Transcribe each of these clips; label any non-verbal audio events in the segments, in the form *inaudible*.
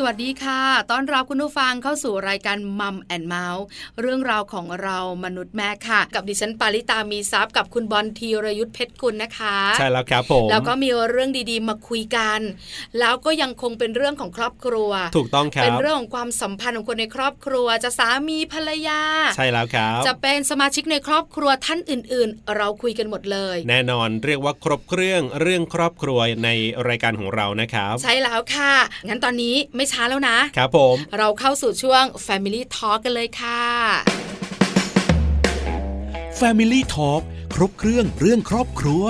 สวัสดีค่ะ ต้อนรับคุณผู้ฟังเข้าสู่รายการมัมแอนเมาส์เรื่องราวของเรามนุษย์แม่ค่ะ กับดิฉันปาริตามีซัพย์กับคุณบอลธีรยุทธเพชรกุลนะคะ ใช่แล้วครับผม แล้วก็มีเรื่องดีๆ มาคุยกัน แล้วก็ยังคงเป็นเรื่องของครอบครัว ถูกต้องครั เป็ บ นเรื่องของความสัมพันธ์ของคนในครอบครัว จะสามีภรรยา ใช่แล้วครับ จะเป็นสมาชิกในครอบครัวท่านอื่นๆ เราคุยกันหมดเลย แน่นอนเรียกว่าครบเครื่องเรื่องครอบครัวในรายการของเรานะครับ ใช่แล้วค่ะ งั้นตอนนี้ไม่ช้าแล้วนะ ครับผม เราเข้าสู่ช่วง Family Talk กันเลยค่ะ Family Talk ครบเครื่องเรื่องครอบครัว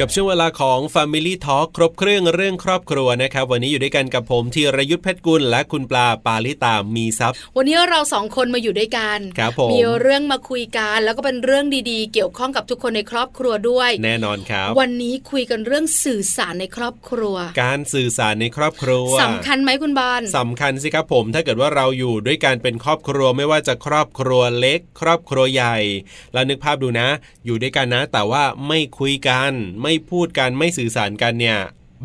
กับช่วงเวลาของ Family Talk ครบเครื่องเรื่องครอบครัวนะครับ วันนี้อยู่ด้วยกันกับผมธีรยุทธเพชรกุลและคุณปลาปาลิตามีซัพย์ วันนี้เราสองคนมาอยู่ด้วยกัน ครับผม มีเรื่องมาคุยกัน แล้วก็เป็นเรื่องดีๆ เกี่ยวข้องกับทุกคนในครอบครัวด้วย แน่นอนครับ วันนี้คุยกันเรื่องสื่อสารในครอบครัว การสื่อสารในครอบครัว สำคัญไหมคุณบอล สำคัญสิครับผมถ้าเกิดว่าเราอยู่ด้วยการเป็นครอบครัวไม่ว่าจะครอบครัวเล็ก ครอบครัวใหญ่แล้วนึกภาพดูนะ อยู่ด้วยกันนะ แต่ว่าไม่คุยกัน ไม่พูดกันไม่สื่อสารกันเนี่ย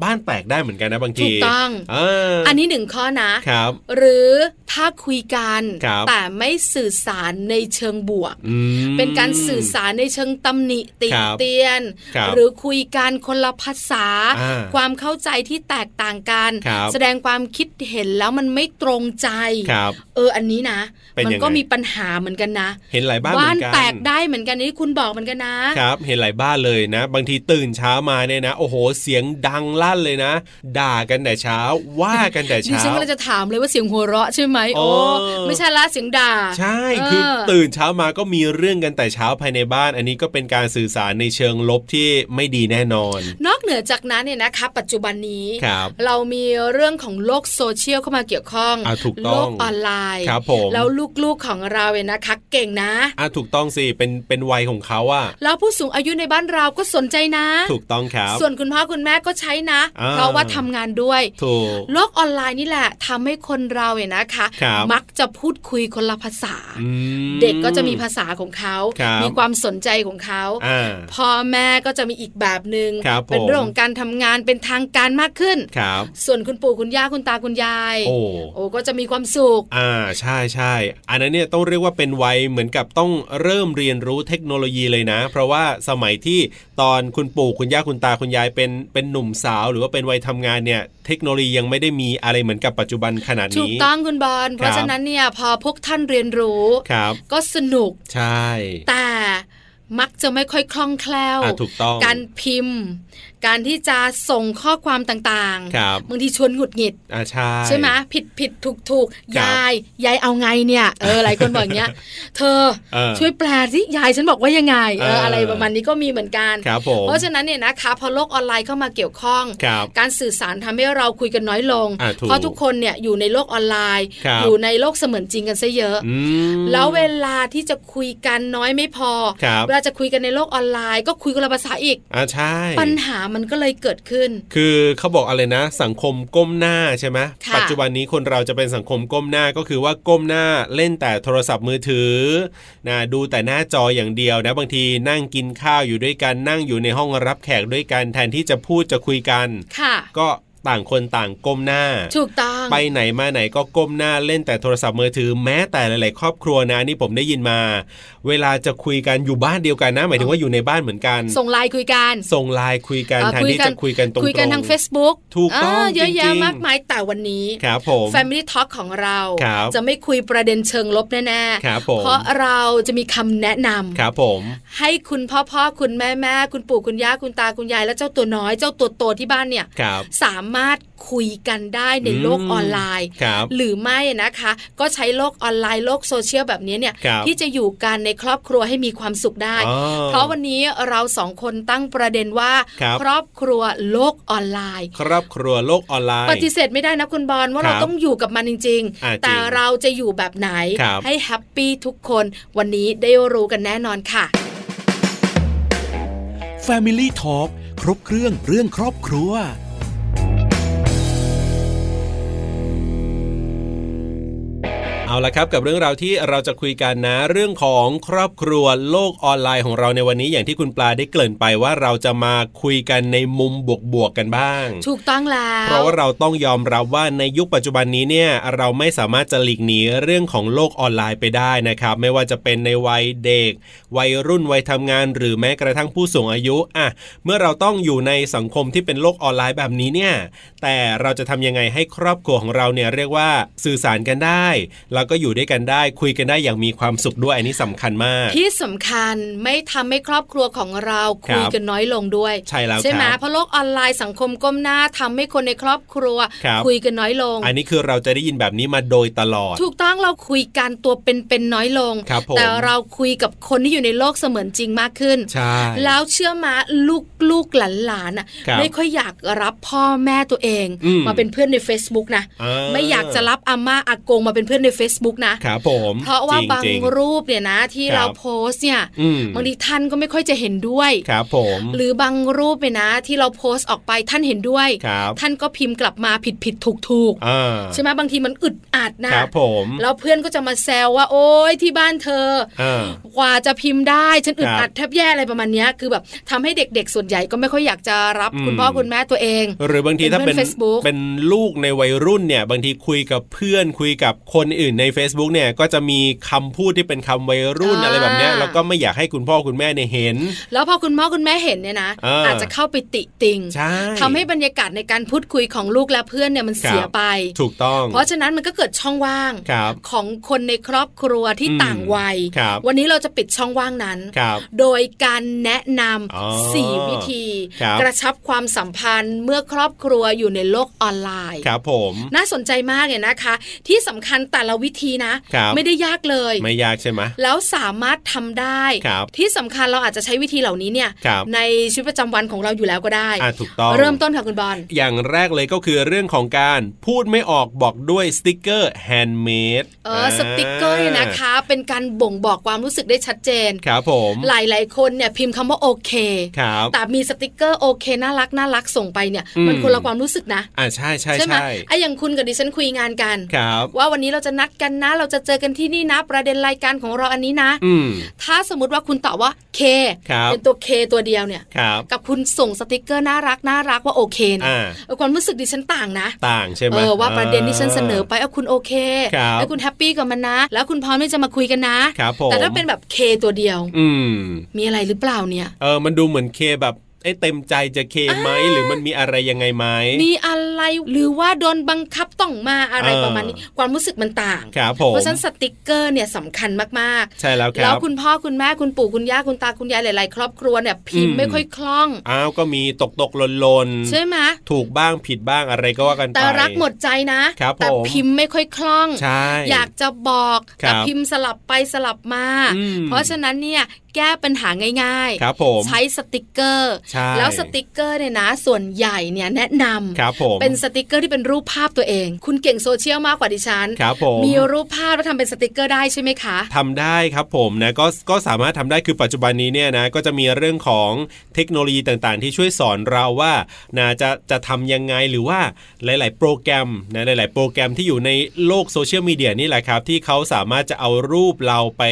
บ้านแตกได้เหมือนกันนะบางที ถูกต้อง อ่า อันนี้หนึ่งข้อนะ ครับ หรือถ้าคุยกัน ครับ แต่ไม่สื่อสารในเชิงบวก อืม เป็นการสื่อสารในเชิงตำหนิติ ครับ เตียน ครับ หรือคุยกันคนละภาษา อ่า ความเข้าใจที่แตกต่างกัน ครับ แสดงความคิดเห็นแล้วมันไม่ตรงใจ ครับ เอออันนี้นะ เป็น มั ยังไง ก็มีปัญหาเหมือนกันนะ เห็นหลายบ้านเหมือนกัน แตกได้เหมือนกันนี่คุณบอกเหมือนกันนะ ครับ เห็นหลายบ้านเลยนะ บางทีตื่นเช้ามาเนี่ยนะ โอ้โห เสียงดังลั่นเลยนะ ด่ากันแต่เช้า ว่ากันแต่ ดิ เช้า ฉันก็เลยจะถามเลยว่าเสียงหัวเราะใช่ไหม โอ้ โอ้ไม่ใช่ละเสียงด่า ใช่ เออ คือตื่นเช้ามาก็มีเรื่องกันแต่เช้าภายในบ้าน อันนี้ก็เป็นการสื่อสารในเชิงลบที่ไม่ดีแน่นอน นอกเหนือจากนั้นเนี่ยนะคะ ปัจจุบันนี้ ครับ เรามีเรื่องของโลกโซเชียลเข้ามาเกี่ยวข้อง อ่ะถูกต้อง โลกออนไลน์ ครับผม แล้วลูกๆของเราเนี่ยนะคะเก่งนะ อ่ะถูกต้องสิ เป็น เป็นวัยของเขาอะ แล้วผู้สูงอายุในบ้านเราก็สนใจนะ ถูกต้องครับ ส่วนคุณพ่อคุณแม่ก็ใช้นะ อ่า เพราะว่าทำงานด้วย ถูก โลกออนไลน์นี่แหละทำให้คนเราเนี่ยนะคะ ครับ มักจะพูดคุยคนละภาษา อืม เด็กก็จะมีภาษาของเขา ครับ มีความสนใจของเขา อ่า พ่อแม่ก็จะมีอีกแบบหนึ ครั ง่ บ งเป็น ผม เรื่องของการทำงานเป็นทางการมากขึ้น ครับ ส่วนคุณปู่คุณย่าคุณตาคุณยาย โอ้ โอ้ก็จะมีความสุข อ่า ใช่ใช่ อันนั้นเนี่ยต้องเรียกว่าเป็นวัยเหมือนกับต้องเริ่มเรียนรู้เทคโนโลยีเลยนะ เพราะว่าสมัยที่ตอนคุณปู่คุณย่าคุณตาคุณยายเป็น เป็นหนุ่มสาว หรือว่าเป็นวัยทำงานเนี่ย เทคโนโลยียังไม่ได้มีอะไรเหมือนกับปัจจุบันขนาดนี้ ถูกต้องคุณบอลเพราะ ครับ ฉะนั้นเนี่ยพอพวกท่านเรียนรู้ ครับ ก็สนุก ใช่ แต่มักจะไม่ค่อยคล่องแคล่ว อ่ะถูกต้อง การพิมพ์ การที่จะส่งข้อความต่าง ครับ บางทีชวนหงุดหงิด อ่ะใช่ ใช่ไหมผิดผิดถูกถูก ครับ ยายยายเอาไงเนี่ยเอ *laughs* อหลายคนบอกอย่างเงี้ย เธอ เออ ช่วยแปลสิยายฉันบอกว่ายังไงเอ เอ อ ออ อะไรประมาณนี้ก็มีเหมือนกัน ครับผม เพราะฉะนั้นเนี่ยนะคะพอโลกออนไลน์เข้ามาเกี่ยวข้อง ครับ การสื่อสารทำให้เราคุยกันน้อยลง อ่ะถูก เพราะทุกคนเนี่ยอยู่ในโลกออนไลน์ ครับ อยู่ในโลกเสมือนจริงกันซะเยอะ อืม แล้วเวลาที่จะคุยกันน้อยไม่พอ ครับ เวลาจะคุยกันในโลกออนไลน์ ก็คุยกันละภาษาอีก อ่ะใช่ ปัญหามันก็เลยเกิดขึ้น คือเขาบอกอะไรนะ สังคมก้มหน้าใช่ไหม ค่ะ ปัจจุบันนี้คนเราจะเป็นสังคมก้มหน้าก็คือว่าก้มหน้าเล่นแต่โทรศัพท์มือถือนะดูแต่หน้าจออย่างเดียวนะบางทีนั่งกินข้าวอยู่ด้วยกันนั่งอยู่ในห้องรับแขกด้วยกันแทนที่จะพูดจะคุยกัน ค่ะ ก็ต่างคนต่างก้มหน้า ถูกต้อง ไปไหนมาไหนก็ก้มหน้าเล่นแต่โทรศัพท์มือถือแม้แต่หลาย ๆ ครอบครัวนะนี่ผมได้ยินมา เวลาจะคุยกันอยู่บ้านเดียวกันนะ หมายถึงว่าอยู่ในบ้านเหมือนกัน ส่งไลน์คุยกัน ส่งไลน์คุยกัน เอ่อ แทนที่จะคุยกันตรงๆ คุยกันทาง Facebook ถูกต้อง าเยอะแยะ จริงๆ มากมายแต่วันนี้ ครับผม Family Talk ของเรา ครับ จะไม่คุยประเด็นเชิงลบแน่ ครับผม ๆ เพราะเราจะมีคำแนะนำ ครับผม ให้คุณพ่อพ่อคุณแม่แม่คุณปู่คุณย่าคุณตาคุณยาย และเจ้าตัวน้อยเจ้าตัวโตที่บ้านเนี่ย ครับ สามารถคุยกันได้ใน อืม โลกออนไลน์ ครับ หรือไม่นะคะ ก็ใช้โลกออนไลน์โลกโซเชียลแบบนี้เนี่ย ครับ ที่จะอยู่กันในครอบครัวให้มีความสุขได้ อ๋อ เพราะวันนี้เราสองคนตั้งประเด็นว่า ครับ ครอบครัวโลกออนไลน์ ครอบครัวโลกออนไลน์ ปฏิเสธไม่ได้นะคุณบอลว่า ครั เรา บ ต้องอยู่กับมันจริง อ่าจๆริง แต่เราจะอยู่แบบไหน ครับ ให้แฮปปี้ทุกคนวันนี้ได้รู้กันแน่นอนค่ะ Family Talk ครบเครื่องเรื่องครอบครัว เ เอาละครับกับเรื่องราวที่เราจะคุยกันนะ เรื่องของครอบครัวโลกออนไลน์ของเราในวันนี้อย่างที่คุณปลาได้เกริ่นไปว่าเราจะมาคุยกันในมุมบวกๆกันบ้าง ถูกต้องแล้ เพราะ ว ว่าเราต้องยอมรับว่าในยุคปัจจุบันนี้เนี่ยเราไม่สามารถจะหลีกหนีเรื่องของโลกออนไลน์ไปได้นะครับ ไม่ว่าจะเป็นในวัยเด็ก วัยรุ่นวัยทำงาน หรือแม้กระทั่งผู้สูงอายุอ่ะเมื่อเราต้องอยู่ในสังคมที่เป็นโลกออนไลน์แบบนี้เนี่ยแต่เราจะทำยังไงให้ครอบครัวของเราเนี่ยเรียกว่าสื่อสารกันได้แล้วก็อยู่ด้วยกันได้คุยกันได้อย่างมีความสุขด้วยอันนี้สำคัญมาก ที่สำคัญไม่ทำให้ครอบครัวของเราคุย ครับ กันน้อยลงด้วย ใช่แล้ว ใช่ไหม ครับ เพราะโลกออนไลน์สังคมก้มหน้าทำให้คนในครอบครัว ครับ คุยกันน้อยลง อันนี้คือเราจะได้ยินแบบนี้มาโดยตลอด ถูกต้องเราคุยกันตัวเป็นๆน้อยลง ครับผม แต่เราคุยกับคนที่อยู่ในโลกเสมือนจริงมากขึ้น ใช่ แล้วเชื่อมาลูกลูกๆหลานๆน่ะ ครับ ไม่ค่อยอยากรับพ่อแม่ตัวเอง อืม เป็นเพื่อนใน Facebook นะ อ่ ไม่อยากจะรับอาม่าอากงมาเป็นเพื่อนใน Facebook นะ ครับผม เพราะว่าบาง จริๆ รูปเนี่ยนะที่ ครับ เราโพสต์เนี่ย อืม บางทีท่านก็ไม่ค่อยจะเห็นด้วย ครับผม หรือบางรูปเนี่ยนะ ที่เราโพสต์ออกไปท่านเห็นด้วย ครับ ท่านก็พิมพ์กลับมาผิดผิดถูกถูกๆ อ่า ใช่ไหมบางทีมันอึดอัดนะครับ ผม แล้วเพื่อนก็จะมาแซวว่า โอ๊ยที่บ้านเธอ อ่า กว่าจะพิมพ์ได้ฉันอึด ครั อั บ ดแทบแย่อะไรประมาณเนี้ยคือแบบทำให้เด็กๆ ส่วนใหญ่ก็ไม่ค่อยอยากจะรับ อืม คุณพ่อคุณแม่ตัวเอง หรือบางทีถ้า เป็นเป็นเพื่อน Facebook เป็นลูกในวัยรุ่นเนี่ยบางทีคุยกับเพื่อนคุยกับคนอื่นใน Facebook เนี่ยก็จะมีคำพูดที่เป็นคำวัยรุ่น อ่า อะไรแบบเนี้ยแล้วก็ไม่อยากให้คุณพ่อคุณแม่เนี่ยเห็น แล้วพอคุณพ่อคุณแม่เห็นเนี่ยนะ อ่า จจะเข้าไปติติง ใช่ ทำให้บรรยากาศในการพูดคุยของลูกและเพื่อนเนี่ยมันเสียไป ถูกต้อง เพราะฉะนั้นมันก็เกิดช่องว่าง ครับ ของคนในครอบครัวที่ อืม ต่างวัย ครับ วันนี้เราจะปิดช่องว่างนั้น ครับ โดยการแนะน อ๋อ ำสี่วิธี ครับ กระชับความสัมพันธ์เมื่อครอบครัวอยู่ในโลกออนไลน์ ครับผม น่าสนใจมากเนี่ยนะคะ ที่สำคัญแต่ละวิธีนะ ครับ ไม่ได้ยากเลย ไม่ยากใช่ไหม แล้วสามารถทำได้ ครับ ที่สำคัญเราอาจจะใช้วิธีเหล่านี้เนี่ย ครับ ในชีวิตประจำวันของเราอยู่แล้วก็ได้ อ่าถูกต้อง เริ่มต้นค่ะคุณบอล อย่างแรกเลยก็คือเรื่องของการพูดไม่ออกบอกด้วยสติกเกอร์แฮนด์เมด เออสติกเกอร์เนี่ยนะคะ เป็นการบ่งบอกความรู้สึกได้ชัดเจน ครับผม หลายหลายๆคนเนี่ยพิมพ์คำว่าโอเค ครับ แต่มีสติกเกอร์โอเคน่ารักน่ารักส่งไปเนี่ย อืม มันคนละความรู้สึกนะ อ่าใช่ใช่ ไหม ใช่ ไอ้อย่างคุณกับดิฉันคุยงานกัน ครับ ว่าวันนี้เราจะนัดกันนะ เราจะเจอกันที่นี่นะ ประเด็นรายการของเราอันนี้นะ อืม ถ้าสมมติว่าคุณตอบว่าเค ครับ เป็นตัวเคตัวเดียวเนี่ย ครับ กับคุณส่งสติกเกอร์น่ารักน่ารักว่าโอเคเนย อ่า เออความรู้สึกดิฉันต่างนะ ต่างใช่ไหม เออว่าประเด็นที่ฉันเสนอไปเอาคุณโอเค ครับ แล้วคุณแฮปปี้กับมันนะ แล้วคุณพร้อมที่จะมาคุยกันนะ ครับผม แต่ถ้าเป็นแบบเคตัวเดียว อืม มีอะไรหรือเปล่าเนี่ย เออมันดูเหมือนเคแบบเอ้ยเต็มใจจะเคไหมหรือมันมีอะไรยังไงไหม มีอะไรหรือว่าโดนบังคับต้องมาอะไร เออ ประมาณนี้ ความรู้สึกมันต่าง ครับผม เพราะฉะนั้นสติกเกอร์เนี่ยสำคัญมาก ใช่แล้ว ๆ ค แล้ รั ว บ คุณพ่อคุณแม่คุณปู่คุณย่าคุณตาคุณยายหลาย ๆ ครอบครัวเนี่ยพิม อื พ์ ม ไม่ค่อยคล่อง อ้าวก็มีตกตกหล่นหลนๆ ใช่ไหม ถูกบ้างผิดบ้างอะไรก็ว่ากันไป แต่รักหมดใจนะ ครับ แต่ ผม พิมพ์ไม่ค่อยคล่อง ใช่ อยากจะบอก ครั แต่ บ พิมพ์สลับไปสลับมา อืม เพราะฉะนั้นเนี่ยแก้ปัญหาง่าย ครับผม ใช้สติกเกอร์ ใช่ แล้วสติกเกอร์เนี่ยนะ ส่วนใหญ่เนี่ยแนะนำ ครับผม เป็นสติกเกอร์ที่เป็นรูปภาพตัวเอง คุณเก่งโซเชียลมากกว่าดิฉัน ครับผม มีรูปภาพแล้วทำเป็นสติกเกอร์ได้ใช่ไหมคะ ทำได้ครับผมนะก็ก็สามารถทำได้คือปัจจุบันนี้เนี่ยนะก็จะมีเรื่องของเทคโนโลยีต่างๆ ที่ช่วยสอนเราว่านะจะจะทำยังไงหรือว่าหลาย ๆ โปรแกรมนะหลาย ๆ โปรแกรมที่อยู่ในโลกโซเชียลมีเดียนี่แหละครับ ที่เขาสามารถจะเอารูปเราไป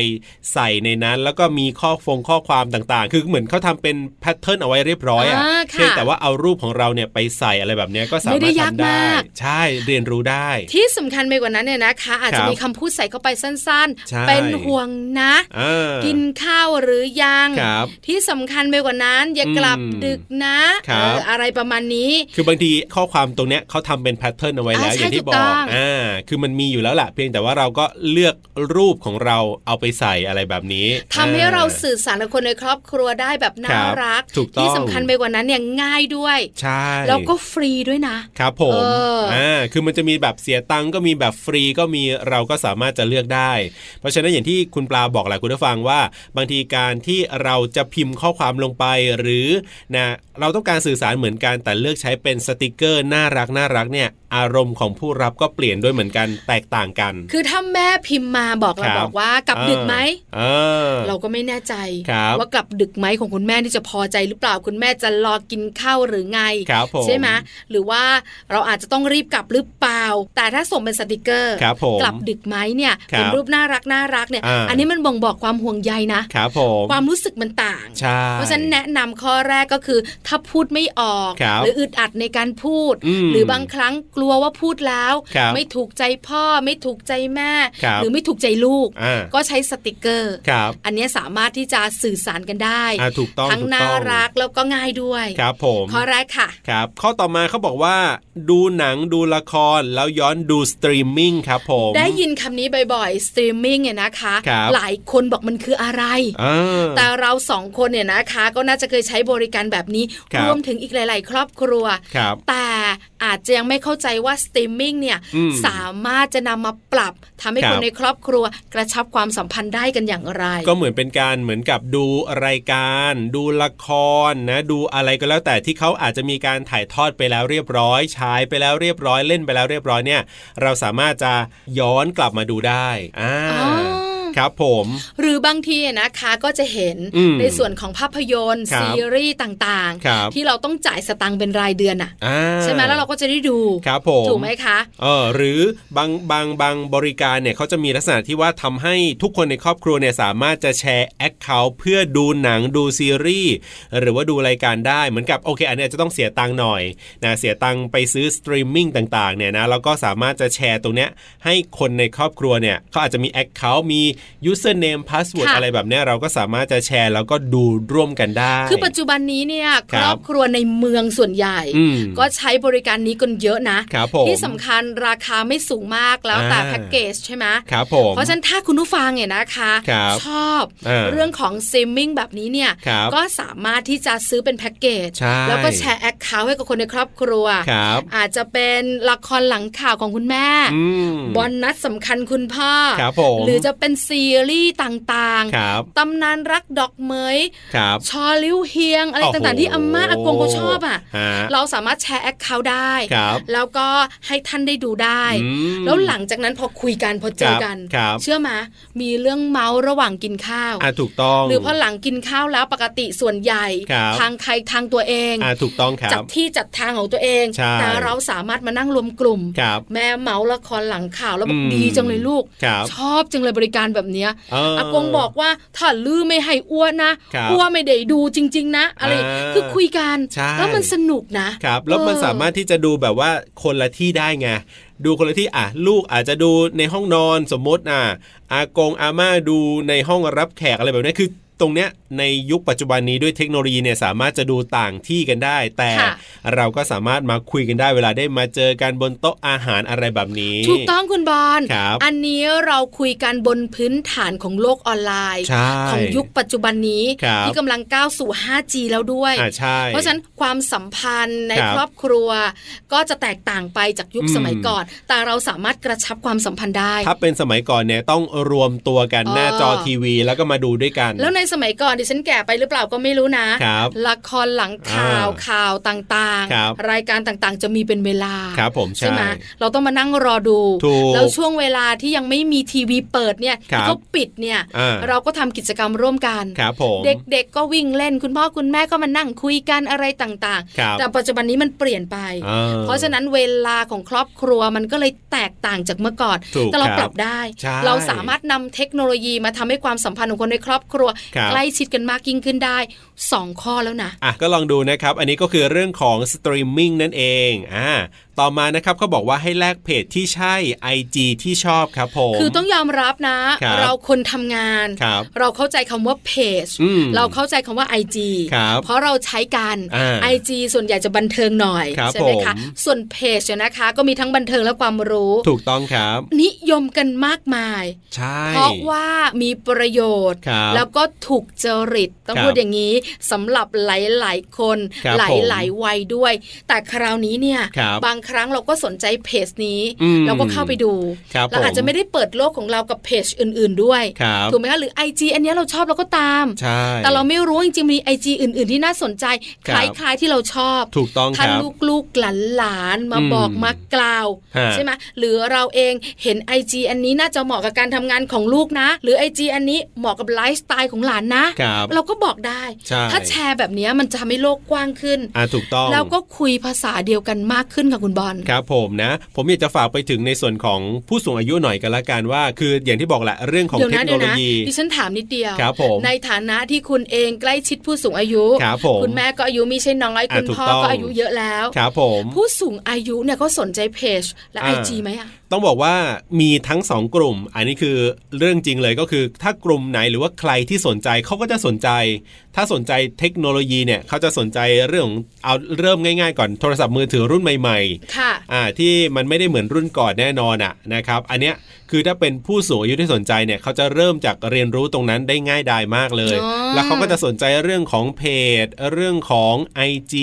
ใส่ในนั้น แล้วก็มีข้อฟงข้อความต่างๆ คือเหมือนเขาทำเป็นแพทเทิร์นเอาไว้เรียบร้อย อ่าค่ะ เพียงแต่ว่าเอารูปของเราเนี่ยไปใส่อะไรแบบเนี้ยก็สามารถ ไม่ได้ยาก ทำมได้าก ใช่เรียนรู้ได้ ที่สำคัญไปกว่านั้นเนี่ยนะคะ อาจ ครั จะ บ มีคำพูดใส่เข้าไปสั้น ใช่ ๆ เป็นห่วงนะ อ่า กินข้าวหรือยัง ครับ ที่สำคัญไปกว่านั้นอย่ากลับ อืม ดึกนะครับ เอออะไรประมาณนี้ คือบางทีข้อความตรงเนี้ยเขาทำเป็นแพทเทิร์นเอาไว้แล้ว อ่า อ ใช่ ย่างที่บอ ถูกต้ ก อง อ่าคือมันมีอยู่แล้วแหละเพียงแต่ว่าเราก็เลือกรูปของเราเอาไปใส่อะไรแบบนี้ ทำให้ อ่ เราสื่อสารกับคนในครอบครัวได้แบบน่า ครับ รัก ถูกต้อง ที่สำคัญไปกว่านั้นเนี่ยง่ายด้วย ใช่ แล้วก็ฟรีด้วยนะ ครับผม เอออ่ คือมันจะมีแบบเสียตังค์ก็มีแบบฟรีก็มีเราก็สามารถจะเลือกได้ เพราะฉะนั้นอย่างที่คุณปลาบอกแหละคุณผู้ฟังว่า บางทีการที่เราจะพิมพ์ข้อความลงไปหรือนะเราต้องการสื่อสารเหมือนกันแต่เลือกใช้เป็นสติกเกอร์น่ารักน่ารักเนี่ย อารมณ์ของผู้รับก็เปลี่ยนด้วยเหมือนกันแตกต่างกัน คือถ้าแม่พิมพ์มาบอกเรา ครับ บอกว่ากลับดึกไหม เออ เราก็ไม่แน่ใจ ครับ ว่ากลับดึกไหมของคุณแม่ที่จะพอใจหรือเปล่าคุณแม่จะรอกินข้าวหรือไง ครับผม ใช่ไหมหรือว่าเราอาจจะต้องรีบกลับหรือเปล่า แต่ถ้าส่งเป็นสติกเกอร์ ครับผม กลับดึกไหมเนี่ย ครับ เป็นรูปน่ารักน่ารักเนี่ย อ่า นนี้มันบ่งบอกความห่วงใยนะ ครับผม ความรู้สึกมันต่าง ใช่ เพราะฉะนั้นแนะนำข้อแรกก็คือ ถ้าพูดไม่ออก ครับ หรืออึดอัดในการพูด อืม หรือบางครั้งกลัวว่าพูดแล้ว ครับ ไม่ถูกใจพ่อไม่ถูกใจแม่ ครับ หรือไม่ถูกใจลูก อ่า ก็ใช้สติกเกอร์ ครับ อันเนี้ยสามารถที่จะสื่อสารกันได้ อ่าถูกต้อง ทั้ง ถูก น่า ต้อง รักแล้วก็ง่ายด้วย ครับผม ข้อแรกค่ะ ครับข้อต่อมาเขาบอกว่า ดูหนังดูละครแล้วย้อนดูสตรีมมิ่งครับผม ได้ยินคำนี้บ่อยๆ สตรีมมิ่งเนี่ยนะคะ ครับ หลายคนบอกมันคืออะไร อ่า แต่เราสองคนเนี่ยนะคะ ก็น่าจะเคยใช้บริการแบบนี้ ครับ วมถึงอีกหลาย ๆ ครอบครัว ครับ แต่อาจจะยังไม่เข้าใจว่าสตรีมมิ่งเนี่ย อืม สามารถจะนำมาปรับทำให้ ครั คน บ ในครอบครัว กระชับความสัมพันธ์ได้กันอย่างไร ก็เหมือนเป็นการเหมือนกับดูรายการ ดูละครนะ ดูอะไรก็แล้วแต่ที่เขาอาจจะมีการถ่ายทอดไปแล้วเรียบร้อยฉายไปแล้วเรียบร้อยเล่นไปแล้วเรียบร้อยเนี่ย เราสามารถจะย้อนกลับมาดูได้อ่า อ๋อ ครับผม หรือบางทีนะคะก็จะเห็น อืม ในส่วนของภาพยนตร์ ครับ ซีรีส์ต่าง ครับ ๆ ที่เราต้องจ่ายสตังค์เป็นรายเดือนอะ อ่า ใช่ไหมแล้วเราก็จะได้ดู ครับผม ถูกไหมคะ เออหรือบางบางบางบริการเนี่ยเขาจะมีลักษณะที่ว่าทำให้ทุกคนในครอบครัวเนี่ยสามารถจะแชร์แอคเคาท์เพื่อดูหนังดูซีรีส์หรือว่าดูรายการได้เหมือนกับโอเค อันเนี้ยจะต้องเสียตังค์หน่อยนะเสียตังค์ไปซื้อสตรีมมิ่งต่างๆเนี่ยนะแล้วก็สามารถจะแชร์ตรงเนี้ยให้คนในครอบครัวเนี่ยเขาอาจจะมีแอคเคาท์มียูเซอร์เนมพาสเวิร์ด ค่ะ อะไรแบบเนี้ยเราก็สามารถจะแชร์แล้วก็ดูร่วมกันได้ คือปัจจุบันนี้เนี่ย ค ครับ รอบครัวในเมืองส่วนใหญ่ อืม ก็ใช้บริการนี้กันเยอะนะ ครับผม ที่สำคัญราคาไม่สูงมากแล้วแต่ อ่า แพ็กเกจใช่ไหม ครับผม เพราะฉะนั้นถ้าคุณผู้ฟังเนี่ยนะคะ ครับ ชอบ เออ เรื่องของซิมมิ่งแบบนี้เนี่ย ครับ ก็สามารถที่จะซื้อเป็นแพ็กเกจ ใช่ แล้วก็แชร์แอคเคาท์ให้กับคนในครอบครัว ครับ อาจจะเป็นละครหลังข่าวของคุณแม่ อืม บอลนัดสำคัญคุณพ่อ ครับผม หรือจะเป็นซีรีส์ต่าง ครับ ๆตำนานรักดอกเหมย ครับ ชอลิ้วเฮียง อะไร โอ้โห ต่างๆที่อาม่าอากงเขาชอบอ่ะ ฮะ เราสามารถแชร์แอคเคาท์ได้ ครับ แล้วก็ให้ท่านได้ดูได้ อืม แล้วหลังจากนั้นพอคุยกันพอเจอกัน ครับครับ เชื่อไหมมีเรื่องเมาส์ระหว่างกินข้าว อ่าถูกต้อง หรือพอหลังกินข้าวแล้วปกติส่วนใหญ่ ครับ ทางใครทางตัวเอง อ่าถูกต้องครั จัด บ ที่จัดทางของตัวเอง ใช่ แต่เราสามารถมานั่งรวมกลุ่ม ครับ แม่เมาส์ละครหลังข่าวแล้วบอ อื ก ม ดีจังเลยลูก ครับ ชอบจังเลยบริการแบบเนี้ย เอออ อากงบอกว่าถ้าลือไม่ให้อ้วนนะครับ อ้วนไม่ได้ดูจริง ๆ นะ อะไร อ่า คือคุยกัน ใช่ แล้วมันสนุกนะครับ แล้วมัน เออ สามารถที่จะดูแบบว่าคนละที่ได้ไง ดูคนละที่อ่ะลูกอาจจะดูในห้องนอนสมมติอ่ะอากงอาม่าดูในห้องรับแขกอะไรแบบนี้คือตรงเนี้ยในยุคปัจจุบันนี้ด้วยเทคโนโลยีเนี่ยสามารถจะดูต่างที่กันได้ แต่ ค่ะ เราก็สามารถมาคุยกันได้เวลาได้มาเจอกันบนโต๊ะอาหารอะไรแบบนี้ ถูกต้องคุณบอล ครับ อันนี้เราคุยกันบนพื้นฐานของโลกออนไลน์ ใช่ ของยุคปัจจุบันนี้ ครับ ที่กำลังก้าวสู่ 5G แล้วด้วย อ่าใช่ เพราะฉะนั้นความสัมพันธ์ใน ครับ ครอบครัว ก็จะแตกต่างไปจากยุค อืม สมัยก่อน แต่เราสามารถกระชับความสัมพันธ์ได้ ถ้าเป็นสมัยก่อนเนี่ยต้องรวมตัวกัน เออ หน้าจอทีวีแล้วก็มาดูด้วยกัน แล้วในสมัยก่อนดิฉันแก่ไปหรือเปล่าก็ไม่รู้นะ ครับ ละครหลังข่าว อ่า ข่าวต่าง ครับ รายการต่างๆ จะมีเป็นเวลา ครับผม ใช่ ใช่ ไหมเราต้องมานั่งรอดู ถูก แล้วช่วงเวลาที่ยังไม่มีทีวีเปิดเนี่ย ครับ ที่เขาปิดเนี่ย อ่า เราก็ทำกิจกรรมร่วมกัน ครับผม เด็กๆก็วิ่งเล่น คุณพ่อคุณแม่ก็มานั่งคุยกันอะไรต่าง ครับ ๆ แต่ปัจจุบันนี้มันเปลี่ยนไป อ่ เพราะฉะนั้นเวลาของครอบครัวมันก็เลยแตกต่างจากเมื่อก่อน ถูก แต่เรา ครับ ปรับได้ ใช่ เราสามารถนำเทคโนโลยีมาทำให้ความสัมพันธ์ของคนในครอบครัว ครับ ใกล้ชิดกันมากยิ่งขึ้นได้สองข้อแล้วนะ อ่ะก็ลองดูนะครับ อันนี้ก็คือเรื่องของสตรีมมิ่งนั่นเองอ่าต่อมานะครับเขาบอกว่าให้แลกเพจที่ใช่ IG ที่ชอบครับผม คือต้องยอมรับนะ ครับ เราคนทำงาน ครับ เราเข้าใจคำว่าเพจ อืม เราเข้าใจคำว่า IG ครับ เพราะเราใช้กัน อ่า ไอจีส่วนใหญ่จะบันเทิงหน่อย ครับ ใช่ไหมคะ ผม ส่วนเพจเนี่ยนะคะ ก็มีทั้งบันเทิงและความรู้ ถูกต้องครับ นิยมกันมากมาย ใช่ เพราะว่ามีประโยชน์ ครับ แล้วก็ถูกจริตต้อง ครับ พูดอย่างนี้สำหรับหลาย ๆ คน ครับ หลาย ผม หลายๆวัยด้วย แต่คราวนี้เนี่ย ครับ ง ครั้งเราก็สนใจเพจนี้ อืม เราก็เข้าไปดู ครับ เราอาจจะ ผม ไม่ได้เปิดโลกของเรากับเพจอื่น ๆ ด้วย ครับ ถูกไหมคะหรือ IG อันเนี้ยเราชอบเราก็ตาม ใช่ แต่เราไม่รู้ว่าจริงๆมี IG อื่น ๆ ที่น่าสนใจคล้ายๆที่เราชอบ ถูกต้องค ท่าน รับ ลูกๆหลานๆมา อืม บอกมากล่าว ฮะ ใช่ไหมหรือเราเองเห็น IG อันนี้น่าจะเหมาะกับการทำงานของลูกนะ หรือ IG อันนี้เหมาะกับไลฟ์สไตล์ของหลานนะ ครับ เราก็บอกได้ ใช่ ถ้าแชร์แบบเนี้ยมันจะทำให้โลกกว้างขึ้น อ่าถูกต้อง แล้วก็คุยภาษาเดียวกันมากขึ้นค่ะคุณบอล ครับผมนะ ผมอยากจะฝากไปถึงในส่วนของผู้สูงอายุหน่อยกันละกันว่า คืออย่างที่บอกแหละเรื่องของ เดี๋ยว เทค นะ โน เดี๋ยว โล นะ ยี ดิฉันถามนิดเดียว ครับผม ในฐานะที่คุณเองใกล้ชิดผู้สูงอายุ ครับผม ณแม่ก็อายุไม่ใช่น้อย อ่ะ คุณ ถูก พ่อ ต้อง ก็อายุเยอะแล้ว ครับผม ผู้สูงอายุเนี่ยก็สนใจเพจและไอ อ่า จีไหมอะ ต้องบอกว่ามีทั้งสองกลุ่ม อันนี้คือเรื่องจริงเลยก็คือ ถ้ากลุ่มไหนหรือว่าใครที่สนใจเขาก็จะสนใจ ถ้าสนใจเทคโนโลยีเนี่ยเขาจะสนใจเรื่องของเอาเริ่มง่ายๆก่อนโทรศัพท์มือถือรุ่นใหม่ ๆ ค่ะ อ่าที่มันไม่ได้เหมือนรุ่นก่อนแน่นอนอ่ะนะครับอันเนี้ยคือถ้าเป็นผู้สูงอายุที่สนใจเนี่ยเขาจะเริ่มจากเรียนรู้ตรงนั้นได้ง่ายดายมากเลย อ๋อ แล้วเขาก็จะสนใจเรื่องของเพจ เรื่องของ IG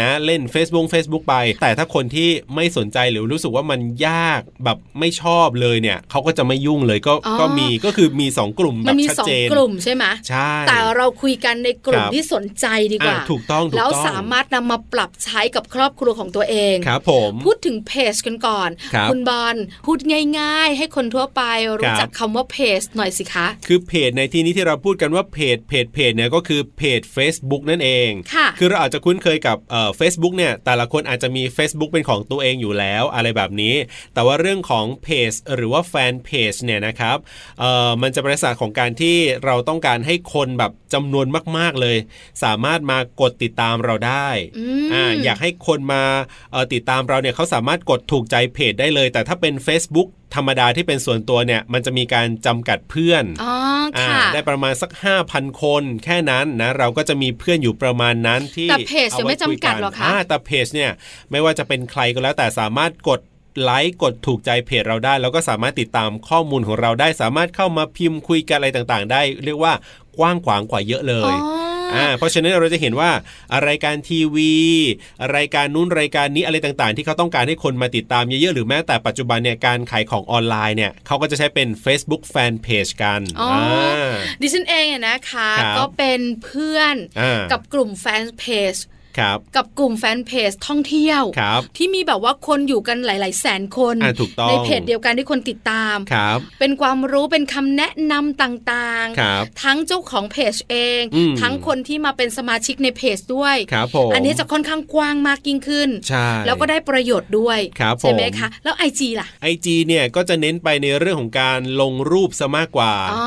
นะเล่น Facebook Facebook ไป แต่ถ้าคนที่ไม่สนใจหรือรู้สึกว่ามันยากแบบไม่ชอบเลยเนี่ยเขาก็จะไม่ยุ่งเลยก็ก็มีก็คือมี 2 กลุ่มแบ มัน บ มีสชัดอง เจน กลุ่มใช่ไหม ใช่ แต่เราคุยกันในกลุ่ม ครับ ที่สนใจดีกว่า อ่าถูกต้องถูกต้อง แล้วสามารถนำมาปรับใช้กับครอบครัวของตัวเอง ครับผม พูดถึงเพจกันก่อน ครับ ณบอลพูดง่าย ๆ ให้คนทั่วไปรู้ ครับ จักคำว่าเพจหน่อยสิคะ คือเพจในที่นี้ที่เราพูดกันว่าเพจเพจเพจเนี่ยก็คือเพจ Facebook นั่นเอง ค่ะ คือเราอาจจะคุ้นเคยกับเฟซบุ๊กเนี่ยแต่ละคนอาจจะมี Facebook เป็นของตัวเองอยู่แล้วอะไรแบบนี้ แต่ว่าเรื่องของเพจหรือว่าแฟนเพจเนี่ยนะครับเอ่อมันจะเป็นลักษณะของการที่เราต้องการให้คนแบบจำนวนมาก ๆเลย สามารถมากดติดตามเราได้ อืม อ่าอยากให้คนมาเอ่อติดตามเราเนี่ยเขาสามารถกดถูกใจเพจได้เลย แต่ถ้าเป็น Facebook ธรรมดาที่เป็นส่วนตัวเนี่ยมันจะมีการจำกัดเพื่อน อ๋อ อ่า ค่ะ ได้ประมาณสัก 5,000 คนแค่นั้นนะเราก็จะมีเพื่อนอยู่ประมาณนั้นที่ แต่เพจ อา ยัง ว้ ไม่ คุย จำกัดหรอคะ าแต่เพจเนี่ยไม่ว่าจะเป็นใครก็แล้วแต่สามารถกดไลค์กดถูกใจเพจเราได้ แล้วก็สามารถติดตามข้อมูลของเราได้ สามารถเข้ามาพิมพ์คุยกันอะไรต่างๆ ได้ เรียกว่ากว้างขวางกว่าเยอะเล อ๋ ย ออ อ่าเพราะฉะนั้นเราจะเห็นว่า รายการทีวี รายการนู้นรายการนี้อะไรต่างๆ ที่เขาต้องการให้คนมาติดตามเยอะๆ หรือแม้แต่ปัจจุบันเนี่ยการขายของออนไลน์เนี่ยเขาก็จะใช้เป็น Facebook Fan Page กัน อ๋ออ่ า ดิฉันเองอะนะคะ ครับ ก็เป็นเพื่อน อ่า กับกลุ่มแฟนเพจ ครับ กับกลุ่มแฟนเพจท่องเที่ยว ครับ ที่มีแบบว่าคนอยู่กันหลาย ๆ แสนคน อ่าถูกต้อง ในเพจเดียวกันที่คนติดตาม ครับ เป็นความรู้เป็นคำแนะนำต่าง ครับ ๆ ทั้งเจ้าของเพจเอง อืม ทั้งคนที่มาเป็นสมาชิกในเพจด้วย ครับผม อันนี้จะค่อนข้างกว้างมากยิ่งขึ้น ใช่ แล้วก็ได้ประโยชน์ด้วย ครับ ใช่ไหม ผม คะ แล้ว IG ล่ะ ไอจีเนี่ยก็จะเน้นไปในเรื่องของการลงรูปซะมากกว่า อ๋อ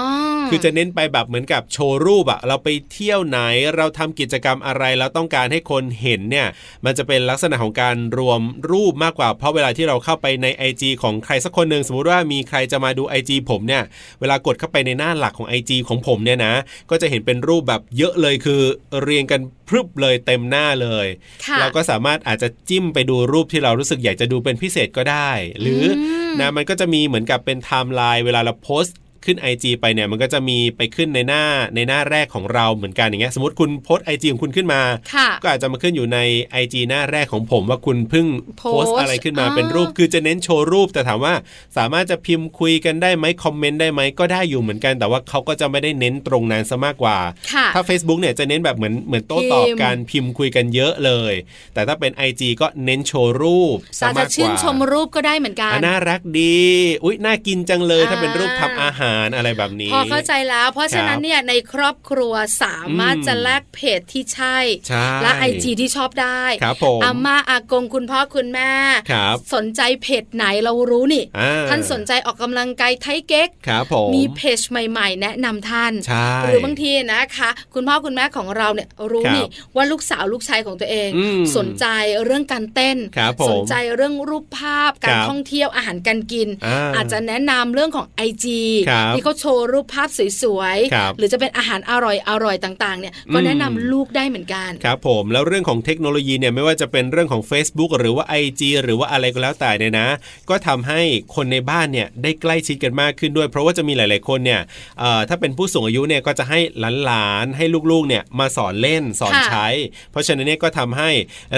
คือจะเน้นไปแบบเหมือนกับโชว์รูปอะเราไปเที่ยวไหนเราทำกิจกรรมอะไรแล้วต้องการให้คนเห็นเนี่ย มันจะเป็นลักษณะของการรวมรูปมากกว่า เพราะเวลาที่เราเข้าไปใน IG ของใครสักคนหนึ่งสมมุติว่ามีใครจะมาดู IG ผมเนี่ย เวลากดเข้าไปในหน้าหลักของ IG ของผมเนี่ยนะ ก็จะเห็นเป็นรูปแบบเยอะเลยคือเรียงกันพรึบเลยเต็มหน้าเลย ค่ะ เราก็สามารถอาจจะจิ้มไปดูรูปที่เรารู้สึกอยากจะดูเป็นพิเศษก็ได้ หรืออ ม นะมันก็จะมีเหมือนกับเป็นไทม์ไลน์เวลาเราโพสต์ขึ้น IG ไปเนี่ยมันก็จะมีไปขึ้นในหน้าในหน้าแรกของเราเหมือนกันอย่างเงี้ยสมมติคุณโพสไอจีของคุณขึ้นมา ค่ะ ก็อาจจะมาขึ้นอยู่ใน IG หน้าแรกของผมว่าคุณเพิ่งโพส โพสต์ต์ อะไรขึ้นมา อ่า เป็นรูป คือจะเน้นโชว์รูปแต่ถามว่าสามารถจะพิมพ์คุยกันได้ไหมคอมเมนต์ได้ไหมก็ได้อยู่เหมือนกัน แต่ว่าเขาก็จะไม่ได้เน้นตรงนั้นซะมากกว่า ค่ะ ถ้า Facebook เนี่ยจะเน้นแบบเหมือนเหมือนโต้ตอบการพิมพ์คุยกันเยอะเลย แต่ถ้าเป็น IG ก็เน้นโชว์รูปซะ อาจ มา จะ กก ชื่น ว่า ชมรูปก็ได้เหมือนกัน อ่ะน่ารักดี อุ๊ย น่ากินจังเลย อ่า ถ้าเป็นรูปทำอาหารอะไรแบบนี้ พอเข้าใจแล้ว เพราะฉะนั้น ครับ เนี่ยในครอบครัวสามารถ อืม จะแลกเพจที่ใช่ ใช่ และไอจีที่ชอบได้ ครับผม อาม่าอากงคุณพ่อคุณแม่ ครับ สนใจเพจไหนเรารู้นี่ อ่า ท่านสนใจออกกำลังกายไทยเก๊ก ครับผม มีเพจใหม่ๆ แนะนำท่าน ใช่ หรือบางทีนะคะ คุณพ่อคุณแม่ของเราเนี่ยรู้ ครับ นี่ว่าลูกสาวลูกชายของตัวเอง อืม สนใจเรื่องการเต้น ครับผม สนใจเรื่องรูปภาพ กา ค ร รับ ท่องเที่ยวอาหารการกิน อ่า อาจจะแนะนำเรื่องของ IG ครั ครับ ที่เขาโชว์รูปภาพสวย ครับ หรือจะเป็นอาหารอร่อยอร่อยต่าง ๆ เนี่ย ก็ อืม แนะนำลูกได้เหมือนกัน ครับผมแล้วเรื่องของเทคโนโลยีเนี่ยไม่ว่าจะเป็นเรื่องของ Facebook หรือว่า IG หรือว่าอะไรก็แล้วแต่เนี่ยนะ ก็ทำให้คนในบ้านเนี่ยได้ใกล้ชิดกันมากขึ้นด้วย เพราะว่าจะมีหลาย ๆคนเนี่ยเอ่อถ้าเป็นผู้สูงอายุเนี่ยก็จะให้หลานๆให้ลูกๆเนี่ยมาสอนเล่นสอน ค่ะ ใช้ เพราะฉะนั้นเนี่ยก็ทำให้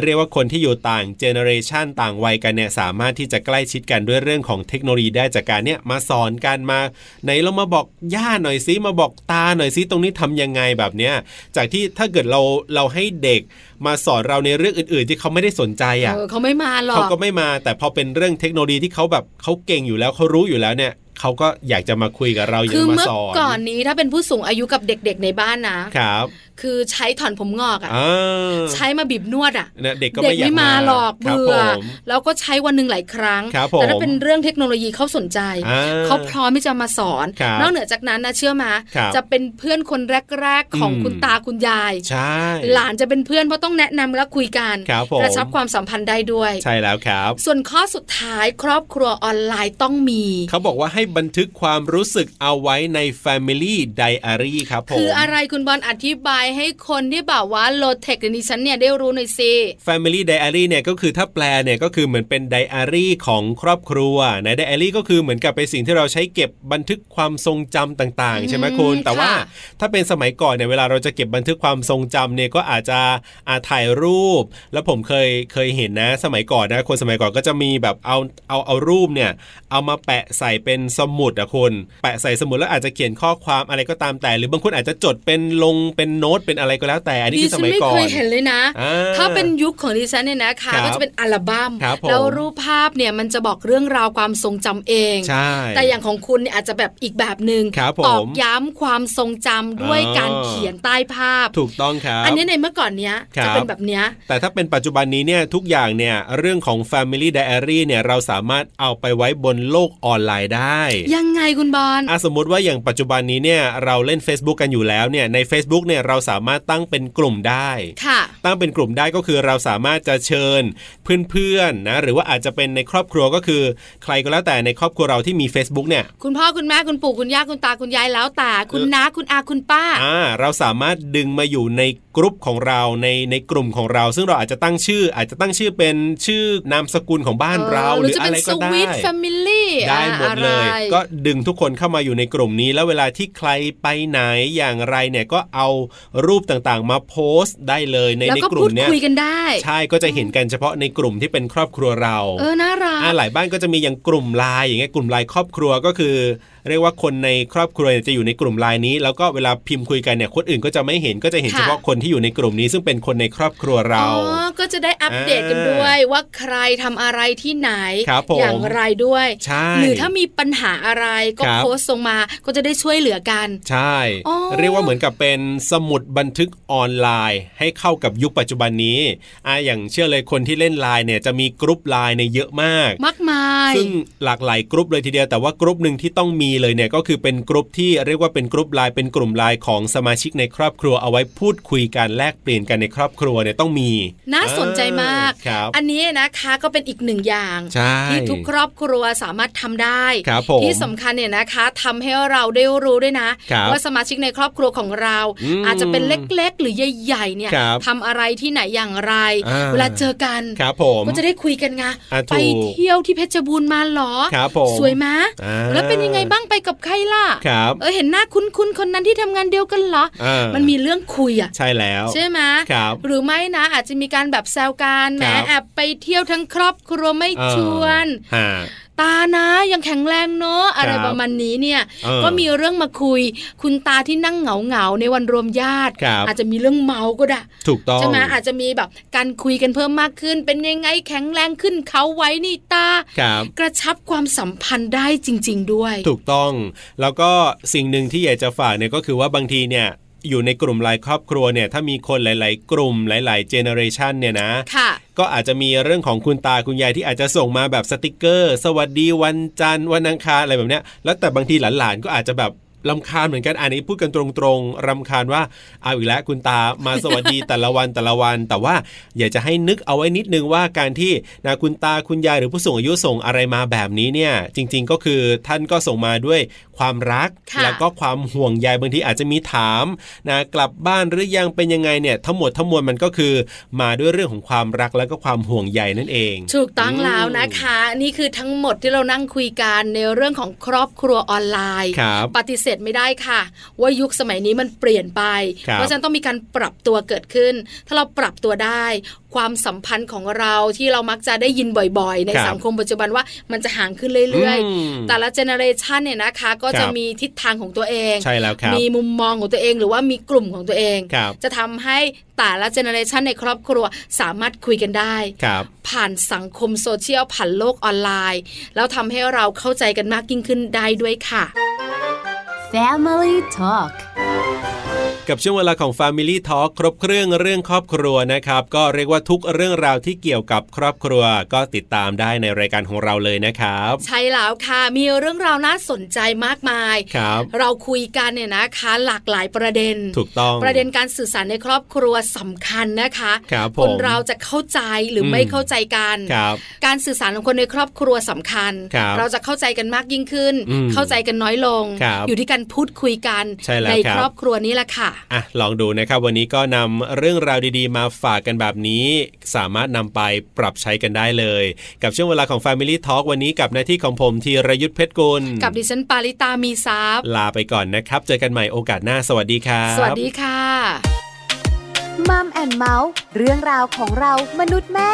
เรียกว่าคนที่อยู่ต่างเจเนอเรชันต่างวัยกันเนี่ยสามารถที่จะใกล้ชิดกันด้วยเรื่องของเทคโนโลยีได้จากการเนี่ยมาสอนกันมา ไหนเรามาบอกย่าหน่อยซิมาบอกตาหน่อยซิตรงนี้ทำยังไงแบบเนี้ยจากที่ถ้าเกิดเราเราให้เด็กมาสอนเราในเรื่องอื่น ๆ ที่เขาไม่ได้สนใจอ่ะ เออเขาไม่มาหรอ เขา ก ก็ไม่มาแต่พอเป็นเรื่องเทคโนโลยีที่เขาแบบเขาเก่งอยู่แล้วเขารู้อยู่แล้วเนี่ยเขาก็อยากจะมาคุยกับเราอยาก คือ จะมา เมื่อ สอน ก่อนนี้ถ้าเป็นผู้สูงอายุกับเด็ก ๆ ในบ้านนะ ครับ คือใช้ถอนผมงอกอ่ะ อ่า ใช้มาบีบนวดอ่ะ เนี่ยเด็กก็ เด็ ไม่ ก อยาก ไม่มาหรอก ครับ เบื่ ผ อ ม แล้วก็ใช้วันหนึ่งหลายครั้ง ครับผม แต่ถ้าเป็นเรื่องเทคโนโลยีเขาสนใจ อ่ เขาพร้อมที่จะมาสอน ครับ นอกเหนือจากนั้นนะเชื่อมา ครับ จะเป็นเพื่อนคนแรก ๆ ของ อืม คุณตาคุณยาย ใช่ หลานจะเป็นเพื่อนเพราะต้องแนะนำและคุยกัน ครับผม กระชับความสัมพันธ์ได้ด้วย ใช่แล้วครับ ส่วนข้อสุดท้ายครอบครัวออนไลน์ต้องมี เขาบอกว่าให้บันทึกความรู้สึกเอาไว้ใน Family Diary ครับผม คืออะไรคุณบอลอธิบายให้คนที่แบบว่าโลเทคในดิฉันเนี่ยได้รู้หน่อยสิ Family Diary เนี่ยก็คือถ้าแปลเนี่ยก็คือเหมือนเป็นไดอารี่ของครอบครัวนะไดอารี่ก็คือเหมือนกับเป็นสิ่งที่เราใช้เก็บบันทึกความทรงจำต่าง อื ๆ ม ใช่ไหมคุณ แต่ว่า ค่ะ ถ้าเป็นสมัยก่อนเนี่ยเวลาเราจะเก็บบันทึกความทรงจำเนี่ยก็อาจจะอาถ่ายรูป แล้วผมเคยเคยเห็นนะ สมัยก่อนนะคนสมัยก่อนก็จะมีแบบเอาเอาเอารูปเนี่ยเอามาแปะใส่เป็นสมุดอะคุณแปะใส่สมุดแล้วอาจจะเขียนข้อความอะไรก็ตามแต่ หรือบางคนอาจจะจดเป็นลงเป็นโน้ตเป็นอะไรก็แล้วแต่อันนี้ ดิ คือ ฉั สมัย ไม่ ก่อ เคน ยเห็นเลยนะ อ่า ถ้าเป็นยุคของดิฉันเนี่ยนะคะ ครับ ก็จะเป็นอัลบั้ม ครับผม แล้วรูปภาพเนี่ยมันจะบอกเรื่องราวความทรงจำเอง ใช่ แต่อย่างของคุณเนี่ยอาจจะแบบอีกแบบหนึ ครั ง่ บ ง ผม ตอกย้ำความทรงจำด้วย อ๋อ การเขียนใต้ภาพ ถูกต้องครับ อันนี้ในเมื่อก่อนเนี้ย ครับ จะเป็นแบบเนี้ย แต่ถ้าเป็นปัจจุบันนี้เนี่ยทุกอย่างเนี่ยเรื่องของ Family Diary เนี่ยเราสามารถเอาไปไว้บนโลกออนไลน์ได้ ยังไงคุณบอล อ่ะสมมุติว่าอย่างปัจจุบันนี้เนี่ยเราเล่น Facebook กันอยู่แล้วเนี่ยใน Facebook เนี่ยเราสามารถตั้งเป็นกลุ่มได้ ค่ะ ตั้งเป็นกลุ่มได้ก็คือเราสามารถจะเชิญเพื่อนๆนะหรือว่าอาจจะเป็นในครอบครัวก็คือ ใครก็แล้วแต่ในครอบครัวเราที่มี Facebook เนี่ย คุณพ่อคุณแม่คุณปู่คุณย่าคุณตาคุณยายแล้วแต่คุณน้าคุณอาคุณป้า อ่าเราสามารถดึงมาอยู่ในกรุ๊ปของเราในในกลุ่มของเรา ซึ่งเราอาจจะตั้งชื่อ อาจจะตั้งชื่อเป็นชื่อนามสกุลของบ้านเราหรืออะไรก็ จะเป็นสได้วิตแฟมิลี่ ได้หมดเลย ก็ดึงทุกคนเข้ามาอยู่ในกลุ่มนี้ แล้วเวลาที่ใครไปไหนอย่างไรเนี่ยก็เอารูปต่างๆ มาโพสต์ได้เลยใน แล้ว ใน ก็ กลุ่ พู ม ด เนี่ย คุยกันได้ ใช่ก็จะเห็นกันเฉพาะในกลุ่มที่เป็นครอบครัวเรา เออน่ารัก อ่าหลายบ้านก็จะมีอย่างกลุ่มไลน์อย่างเงี้ยกลุ่มไลน์ครอบครัวก็คือ เรียกว่าคนในครอบครัวเนี่ยจะอยู่ในกลุ่มไลน์นี้ แล้วก็เวลาพิมพ์คุยกันเนี่ยคนอื่นก็จะไม่เห็นก็จะเห็น ค่ะ เฉพาะคนที่อยู่ในกลุ่มนี้ ซึ่งเป็นคนในครอบครัวเรา อ๋อ ก็จะได้อัปเดตกันด้วย ว่าใครทำอะไรที่ไหน ครับผม อย่างไรด้วย ใช่ หรือถ้ามีปัญหาอะไรก็ ครับ โพสต์ลงมาก็จะได้ช่วยเหลือกัน ใช่ อ๋อ เรียกว่าเหมือนกับเป็นสมุดบันทึกออนไลน์ ให้เข้ากับยุคปัจจุบันนี้อ่าอย่างเชื่อเลยคนที่เล่นไลน์เนี่ยจะมีกรุ๊ปไลน์เนี่ยเยอะมาก มากมาย ซึ่งหลากหลายกรุ๊ปเลยทีเดียวแต่ว่ากรุ๊ปหนึ่งที่ต้องมีเลยเนี่ยก็คือเป็นกรุ๊ปที่เรียกว่าเป็นกรุ๊ปไลน์เป็นกลุ่มไลน์ของสมาชิกในครอบครัวเอาไว้พูดคุยกันแลกเปลี่ยนกันในครอบครัวเนี่ยต้องมี น่าสนใจมาก เออครับ อันนี้นะคะก็เป็นอีกหนึ่งอย่าง ใช่ ที่ทุกครอบครัวสามารถทำได้ ครับผม ที่สำคัญเนี่ยนะคะทำให้เราได้รู้ด้วยนะ ครับ ว่าสมาชิกในครอบครัวของเรา อืม อาจจะเป็นเล็กๆ หรือใหญ่ๆเนี่ย ครับ ทำอะไรที่ไหนอย่างไร อ่า เวลาเจอกัน ครับผม ก็จะได้คุยกันไง อ่าถูก ไปเที่ยวที่เพชรบูรณ์มาเหรอ ครับผม สวยมะ อ่า แล้วเป็นยังไงบ้างไปกับใครล่ะ ครับ เออเห็นหน้าคุ้นๆคนนั้นที่ทำงานเดียวกันเหรอ อ่า มันมีเรื่องคุยอะ ใช่แล้ว ใช่ไหม ครับ หรือไม่นะอาจจะมีการแบบแซวกันแหม ครับ แอบไปเที่ยวทั้งครอบครัวไม่ เออ ชวน ฮะ ตานะยังแข็งแรงเนอะอะไร ครับ ประมาณนี้เนี่ย เออ ก็มีเรื่องมาคุย คุณตาที่นั่งเหงาเหงาๆในวันรวมญาติ ครับ อาจจะมีเรื่องเมาก็ได้ ถูกต้อง ใช่ไหมอาจจะมีแบบการคุยกันเพิ่มมากขึ้น เป็นยังไงแข็งแรงขึ้นเขาไว้นี่ตา ครับ กระชับความสัมพันธ์ได้จริง ๆ ด้วย ถูกต้องแล้วก็สิ่งหนึ่งที่อยากจะฝากเนี่ยก็คือว่าบางทีเนี่ยอยู่ในกลุ่มไลน์ครอบครัวเนี่ยถ้ามีคนหลาย ๆ กลุ่มหลาย ๆ เจเนอเรชันเนี่ยนะ ค่ะ ก็อาจจะมีเรื่องของคุณตาคุณยายที่อาจจะส่งมาแบบสติกเกอร์ สวัสดีวันจันทร์วันอังคารอะไรแบบเนี้ยแล้วแต่บางทีหลานๆก็อาจจะแบบ ลำคาญเหมือนกันอันนี้พูดกันตรงๆรำคาญว่าเอาอีกแล้วคุณตามาสวัสดี แต่ละวันแต่ละวัน แต่ว่าอยากจะให้นึกเอาไว้นิดนึงว่าการที่นะคุณตาคุณยายหรือผู้สูงอายุส่งอะไรมาแบบนี้เนี่ย จริง ๆ ก็คือท่านก็ส่งมาด้วยความรัก ค่ะ แล้วก็ความห่วงใยบางทีอาจจะมีถามนะกลับบ้านหรือยังเป็นยังไงเนี่ยทั้งหมดทั้งมวลมันก็คือ มาด้วยเรื่องของความรักแล้วก็ความห่วงใยนั่นเอง ถูกต้องแล้วนะคะ นี่คือทั้งหมดที่เรานั่งคุยกันในเรื่องของครอบครัวออนไลน์ ครับ ปฏิเสธไม่ได้ค่ะ ว่ายุคสมัยนี้มันเปลี่ยนไป ครับ เพราะฉะนั้นต้องมีการปรับตัวเกิดขึ้น ถ้าเราปรับตัวได้ ความสัมพันธ์ของเราที่เรามักจะได้ยินบ่อยๆ ใน ครับ สังคมปัจจุบันว่ามันจะห่างขึ้นเรื่อย อืม ๆ แต่ละเจเนอเรชันเนี่ยนะคะ ก็ ค จะ รับ มีทิศทางของตัวเอง ใช่แล้วครับ มีมุมมองของตัวเองหรือว่ามีกลุ่มของตัวเอง ครับ จะทำให้แต่ละเจเนอเรชันในครอบครัวสามารถคุยกันได้ ครับ ผ่านสังคมโซเชียล ผ่านโลกออนไลน์ แล้วทำให้เราเข้าใจกันมากยิ่งขึ้นได้ด้วยค่ะ Family Talk กับช่วงเวลาของ Family Talk ครบเครื่องเรื่องครอบครัวนะครับ ก็เรียกว่าทุกเรื่องราวที่เกี่ยวกับครอบครัว ก็ติดตามได้ในรายการของเราเลยนะครับ ใช่แล้วค่ะ มีเรื่องราวน่าสนใจมากมาย ครับ เราคุยกันเนี่ยนะคะ หลากหลายประเด็น ถูกต้อง ประเด็นการสื่อสารในครอบครัวสำคัญนะคะ ครับผม นเราจะเข้าใจหรืออ ม ไม่เข้าใจกัน ครับ การสื่อสารของคนในครอบครัวสำคัญ ครับ เราจะเข้าใจกันมากยิ่งขึ้น อืม เข้าใจกันน้อยลง ครับ อยู่ที่การพูดคุยกัน ใช่แล้วครับ ครอบครัวนี้แหละค่ะ อ่ะลองดูนะครับ วันนี้ก็นำเรื่องราวดีๆ มาฝากกันแบบนี้ สามารถนำไปปรับใช้กันได้เลย กับช่วงเวลาของ Family Talk วันนี้กับหน้าที่ของผมธีรยุทธเพชรกุล กับดิฉันปาริตามีซัพย์ ลาไปก่อนนะครับ เจอกันใหม่โอกาสหน้าสวัสดีครับ สวัสดีค่ะ มัมแอนเมาส์เรื่องราวของเรามนุษย์แม่